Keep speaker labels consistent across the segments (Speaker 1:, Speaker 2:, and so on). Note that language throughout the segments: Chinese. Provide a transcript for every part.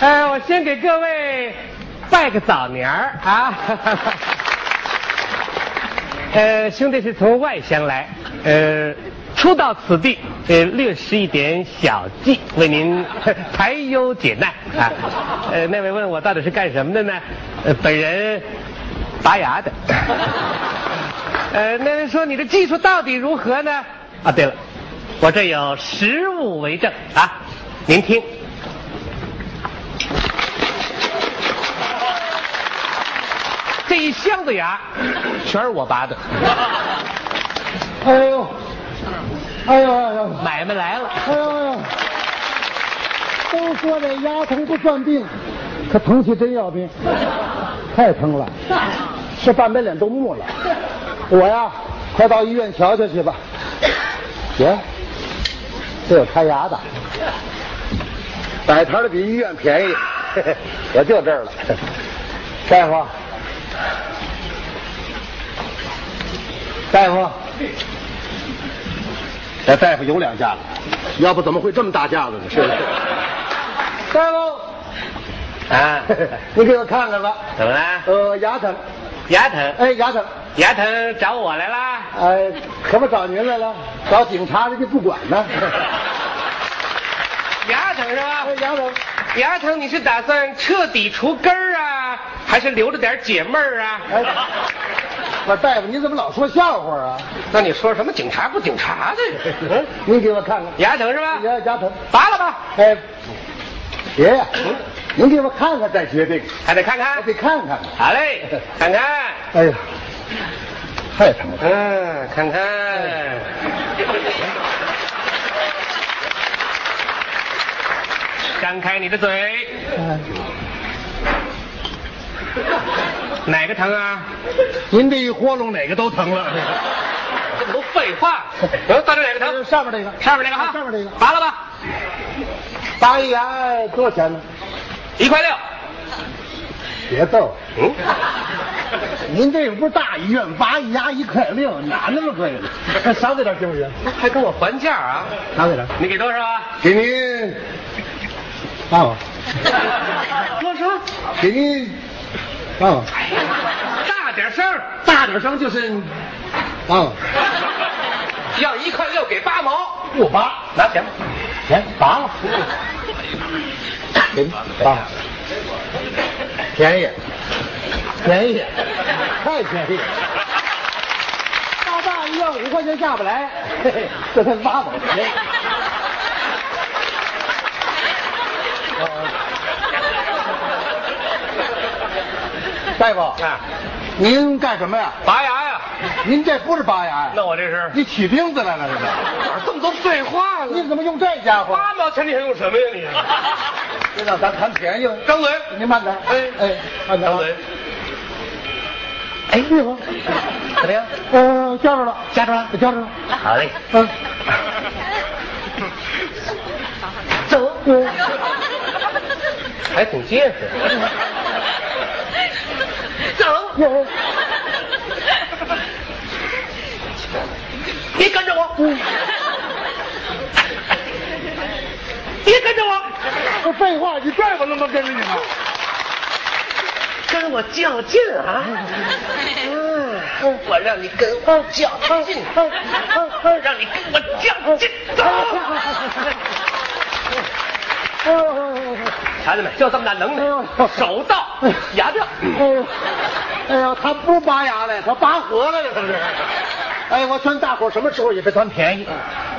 Speaker 1: 呃，我先给各位拜个早年儿啊。呃，兄弟是从外乡来，呃，初到此地，呃，略施一点小计，为您呵排忧解难啊。呃，那位问我到底是干什么的呢？呃，本人拔牙的。呃，那位说你的技术到底如何呢？啊，对了，我这有实物为证啊，您听。这一箱子牙，全是我拔的。
Speaker 2: 哎呦，哎呦哎呦，
Speaker 1: 买卖来了，
Speaker 2: 哎呦哎呦！都说这牙疼不算病，可疼起真要命，太疼了，这半边脸都木了。我呀，快到医院瞧瞧去吧。姐，这有看牙的，摆摊的比医院便宜， 我就这儿了。大夫，大夫。
Speaker 3: 这大夫有两下子，要不怎么会这么大架子呢？是不是？
Speaker 2: 大夫，
Speaker 1: 啊，
Speaker 2: 你给我看看吧。
Speaker 1: 怎么了？
Speaker 2: 呃，牙疼，
Speaker 1: 牙疼，
Speaker 2: 哎，牙疼，
Speaker 1: 牙疼找我来啦？
Speaker 2: 哎，怎么找您来了？找警察人家不管呢。
Speaker 1: 牙疼是吧
Speaker 2: 哎，？牙疼，
Speaker 1: 牙疼，你是打算彻底除根儿啊，还是留着点解闷儿啊？
Speaker 2: 哎，我说大夫，你怎么老说笑话啊？哎
Speaker 1: 那你说什么警察不警察的？嗯，
Speaker 2: 您给我看看，
Speaker 1: 牙疼是吧？
Speaker 2: 牙牙疼，
Speaker 1: 拔了吧，
Speaker 2: 哎，爷爷，您给我看看再决定，
Speaker 1: 还得看看
Speaker 2: 我。得看看。
Speaker 1: 好嘞，看看，
Speaker 2: 哎呀，太疼了。
Speaker 1: 嗯，看看，张开你的嘴，
Speaker 2: 哎
Speaker 1: 哪个疼啊？
Speaker 3: 您这一豁楞，哪个都疼了。
Speaker 1: 这不都废话？嗯，到底哪个
Speaker 2: 哎
Speaker 1: 疼？啊
Speaker 2: 上面这个，
Speaker 1: 上面这个哈，
Speaker 2: 上面这个
Speaker 1: 拔了吧，
Speaker 2: 拔一牙多少钱呢？
Speaker 1: 一块六。
Speaker 2: 别逗，
Speaker 1: 嗯，
Speaker 2: 您这不是大医院，拔一牙一块六，哪那么贵呢？ 少给点行不行？
Speaker 1: 还跟我还价啊？
Speaker 2: 拿给点，
Speaker 1: 你给多少啊？
Speaker 3: 给您，
Speaker 2: 爸 爸，
Speaker 1: 多少？
Speaker 3: 给您，
Speaker 2: 爸爸，
Speaker 1: 大点声儿，
Speaker 3: 大点声就是
Speaker 2: 爸爸，
Speaker 1: 要一块六给八毛，
Speaker 2: 不拔，
Speaker 1: 拿钱吧。
Speaker 2: 钱拔了，给拔了，便宜，便宜，太便宜了。大大一要五块钱下不来，嘿嘿，这才八毛钱。大夫，
Speaker 1: 啊，
Speaker 2: 您干什么呀？
Speaker 1: 拔牙呀、
Speaker 2: 您这不是拔牙呀？
Speaker 1: 那我这是
Speaker 2: 你起钉子来了是吧？
Speaker 1: 哪儿这么多废话
Speaker 2: 你？怎么用这家伙？
Speaker 1: 八毛钱你还用什么呀
Speaker 2: 这让咱谈便宜了
Speaker 1: 你？。 张嘴，
Speaker 2: 您慢点，
Speaker 1: 哎
Speaker 2: 哎，慢点
Speaker 1: 张
Speaker 2: 啊。
Speaker 1: 嘴，
Speaker 2: 哎，师傅，
Speaker 1: 怎么样？
Speaker 2: 呃，夹着了，夹着了，夹着了。
Speaker 1: 好嘞，
Speaker 2: 嗯，走。
Speaker 1: 还挺结实。
Speaker 2: 嗯
Speaker 1: 别跟着我，别跟着我，
Speaker 2: 不废话，你拽我那么跟着你吗？
Speaker 1: 跟着我较劲啊！嗯，我让你跟我较劲，让你跟我较劲，走！孩子们，就这么大能耐，手到牙掉。
Speaker 2: 哎呦，哎呦，他不是拔牙了，他拔河来了，他是。哎，我劝大伙儿什么时候也别贪便宜。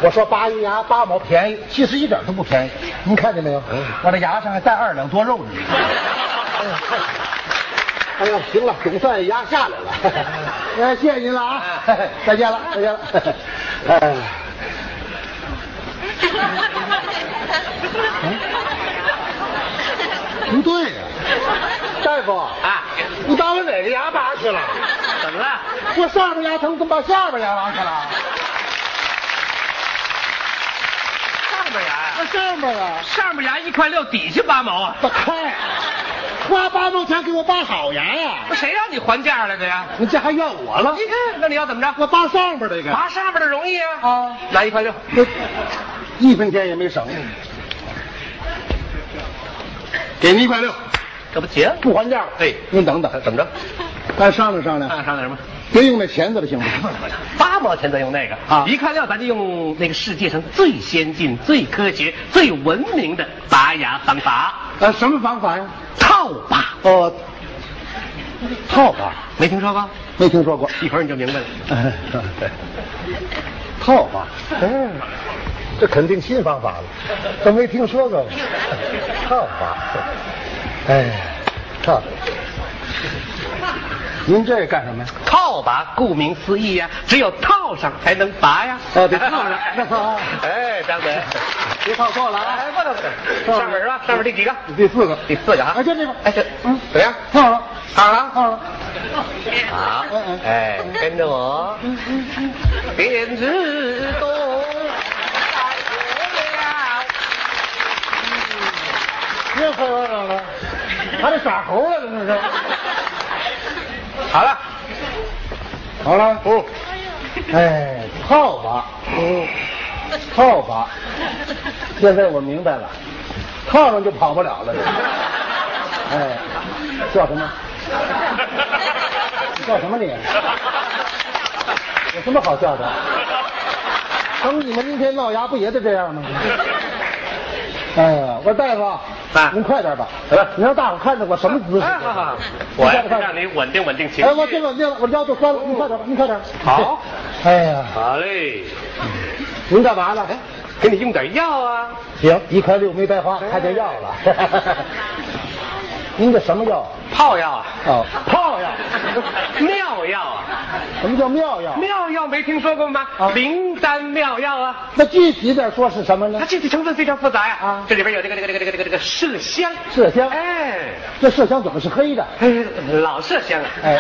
Speaker 2: 我说拔一牙八毛便宜，其实一点都不便宜。您看见没有？我这牙上还带二两多肉呢。 哎呦，行了，总算牙下来了。 哎，谢谢您了 啊，再见了，再见了。 哎，不对啊呀、大夫，
Speaker 1: 啊，
Speaker 2: 你把我哪个牙拔去了？
Speaker 1: 怎么了？
Speaker 2: 我上边牙疼，怎么把下边牙拔去了？
Speaker 1: 上边牙呀、
Speaker 2: 那上边啊，
Speaker 1: 上边牙一块六，底下八毛啊！
Speaker 2: 我开，花八毛钱给我拔好牙呀、
Speaker 1: 不谁让你还价来的呀？
Speaker 2: 你这还怨我了？
Speaker 1: 你看，那你要怎么着？
Speaker 2: 我拔上边这个，
Speaker 1: 拔上边的容易啊！
Speaker 2: 啊
Speaker 1: 拿一块六，
Speaker 2: 一分钱也没省。
Speaker 3: 给您一块六，
Speaker 1: 这不行？
Speaker 2: 不还价了。
Speaker 1: 哎
Speaker 2: 您等等，
Speaker 1: 怎么着？啊
Speaker 2: 咱商量商量，
Speaker 1: 看商量什么？
Speaker 2: 别啊用那钳子了，行吗？
Speaker 1: 八毛钱咱用那个
Speaker 2: 啊
Speaker 1: 一看料咱就用那个世界上最先进、最科学、最文明的拔牙方法
Speaker 2: 呃，什么方法呀？
Speaker 1: ——套拔。
Speaker 2: 哦，套法
Speaker 1: 没听说过？
Speaker 2: 没听说过。
Speaker 1: 一会儿你就明白了。
Speaker 2: 套法，哎
Speaker 4: 嗯，这肯定新方法了，都没听说过。套法，哎，套，
Speaker 2: 您这干什么呀？
Speaker 1: 套拔，顾名思义呀、只有套上才能拔呀。
Speaker 2: 哦得套 上
Speaker 1: 哎，张嘴，
Speaker 2: 别套错了啊
Speaker 1: 哎，不能不能，
Speaker 2: 套上
Speaker 1: 上面是吧？上面第几个？
Speaker 2: 第四个，
Speaker 1: 第四个啊
Speaker 2: 哎，。就这个，
Speaker 1: 哎，这
Speaker 2: 嗯，
Speaker 1: 怎么样？
Speaker 2: 套了，
Speaker 1: 套了啊
Speaker 2: 套了，
Speaker 1: 好
Speaker 2: 嗯嗯，
Speaker 1: 哎，跟着我，变职工，
Speaker 2: 别开玩笑了，还得耍猴来了，这是。
Speaker 1: 好了，
Speaker 2: 好了，
Speaker 1: 嗯，
Speaker 2: 哎，套吧，
Speaker 1: 哦
Speaker 2: 套吧，现在我明白了，套上就跑 不了了。这哎，叫什么？叫什么你？有什么好叫的？等你们明天闹牙不也得这样吗？哎呀，我说大夫，
Speaker 1: 啊
Speaker 2: 您快点吧
Speaker 1: 怎么了，
Speaker 2: 你让大伙看着我什么姿势？
Speaker 1: 哎，好好好，我呀让你稳定稳定情
Speaker 2: 哎，我
Speaker 1: 绪。
Speaker 2: 这个这个我腰都酸了，您快点吧，您快点。
Speaker 1: 好，
Speaker 2: 哎呀，
Speaker 1: 好嘞，
Speaker 2: 您干嘛呢？
Speaker 1: 哎给你用点药啊，
Speaker 2: 行，一块六没白花，
Speaker 1: 哎
Speaker 2: 还得要了。 您这什么药？
Speaker 1: 泡药啊，
Speaker 2: 哦，
Speaker 1: 泡药，妙药啊，
Speaker 2: 什么叫妙药？
Speaker 1: 妙药没听说过吗
Speaker 2: 啊？
Speaker 1: 灵丹妙药啊。
Speaker 2: 那具体点说是什么呢
Speaker 1: 它？这个成分非常复杂呀、
Speaker 2: 啊
Speaker 1: 这里边有这个这个这个这个这个这个麝香，
Speaker 2: 麝香
Speaker 1: 哎，
Speaker 2: 这麝香怎么是黑的？
Speaker 1: 哎，老麝香啊，
Speaker 2: 哎，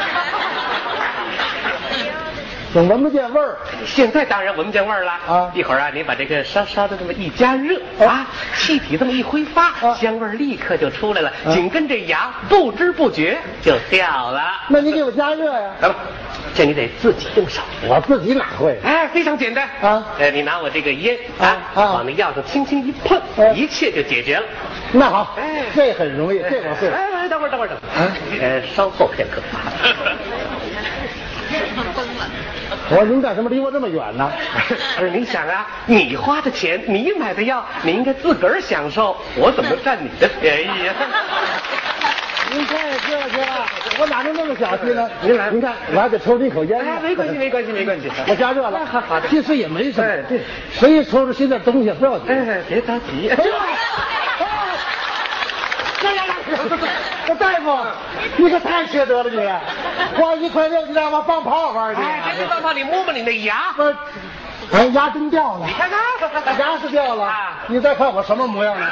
Speaker 2: 总闻不见味儿。
Speaker 1: 现在当然闻不见味儿了
Speaker 2: 啊
Speaker 1: 一会儿啊，你把这个稍稍的这么一加热、
Speaker 2: 哦
Speaker 1: 啊，气体这么一挥发，
Speaker 2: 啊
Speaker 1: 香味儿立刻就出来了，
Speaker 2: 啊
Speaker 1: 紧跟这牙不知不觉就掉了。
Speaker 2: 那你给我加热呀？
Speaker 1: 咱们这你得自己动手。
Speaker 2: 我自己哪会？
Speaker 1: 哎，非常简单
Speaker 2: 啊
Speaker 1: 哎，你拿我这个烟啊，哦
Speaker 2: 啊啊
Speaker 1: 往那药上轻轻一碰，
Speaker 2: 哎
Speaker 1: 一切就解决了。
Speaker 2: 那好
Speaker 1: 哎，
Speaker 2: 这很容易，这我会。
Speaker 1: 哎哎，等会儿，等会儿，等会儿。
Speaker 2: 啊
Speaker 1: 呃，稍后片刻。
Speaker 2: 我说您干什么离我这么远呢？
Speaker 1: 不是，你想啊，你花的钱，你买的药，你应该自个儿享受，我怎么能占你 的便宜啊呀、
Speaker 2: 您太客气了，啊我哪能那么小气呢？
Speaker 1: 您来
Speaker 2: 您看，我还得抽您口烟呢
Speaker 1: 哎，。没关系，没关系，没关系。
Speaker 2: 我加热了
Speaker 1: 哎好好的，。
Speaker 2: 其实也没什
Speaker 1: 哎
Speaker 2: 么
Speaker 1: 对，
Speaker 2: 谁一抽出新的东西不要紧。
Speaker 1: 哎，别着急。
Speaker 2: 哎呀
Speaker 1: 来来来，
Speaker 2: 这大夫，你可太缺德了你！花一块六，你让我放炮玩去？
Speaker 1: 哎，别放放你摸摸你那牙，
Speaker 2: 不是，哎，牙真掉了
Speaker 1: 你，看看。
Speaker 2: 牙是掉了
Speaker 1: 啊，
Speaker 2: 你再看我什么模样呢？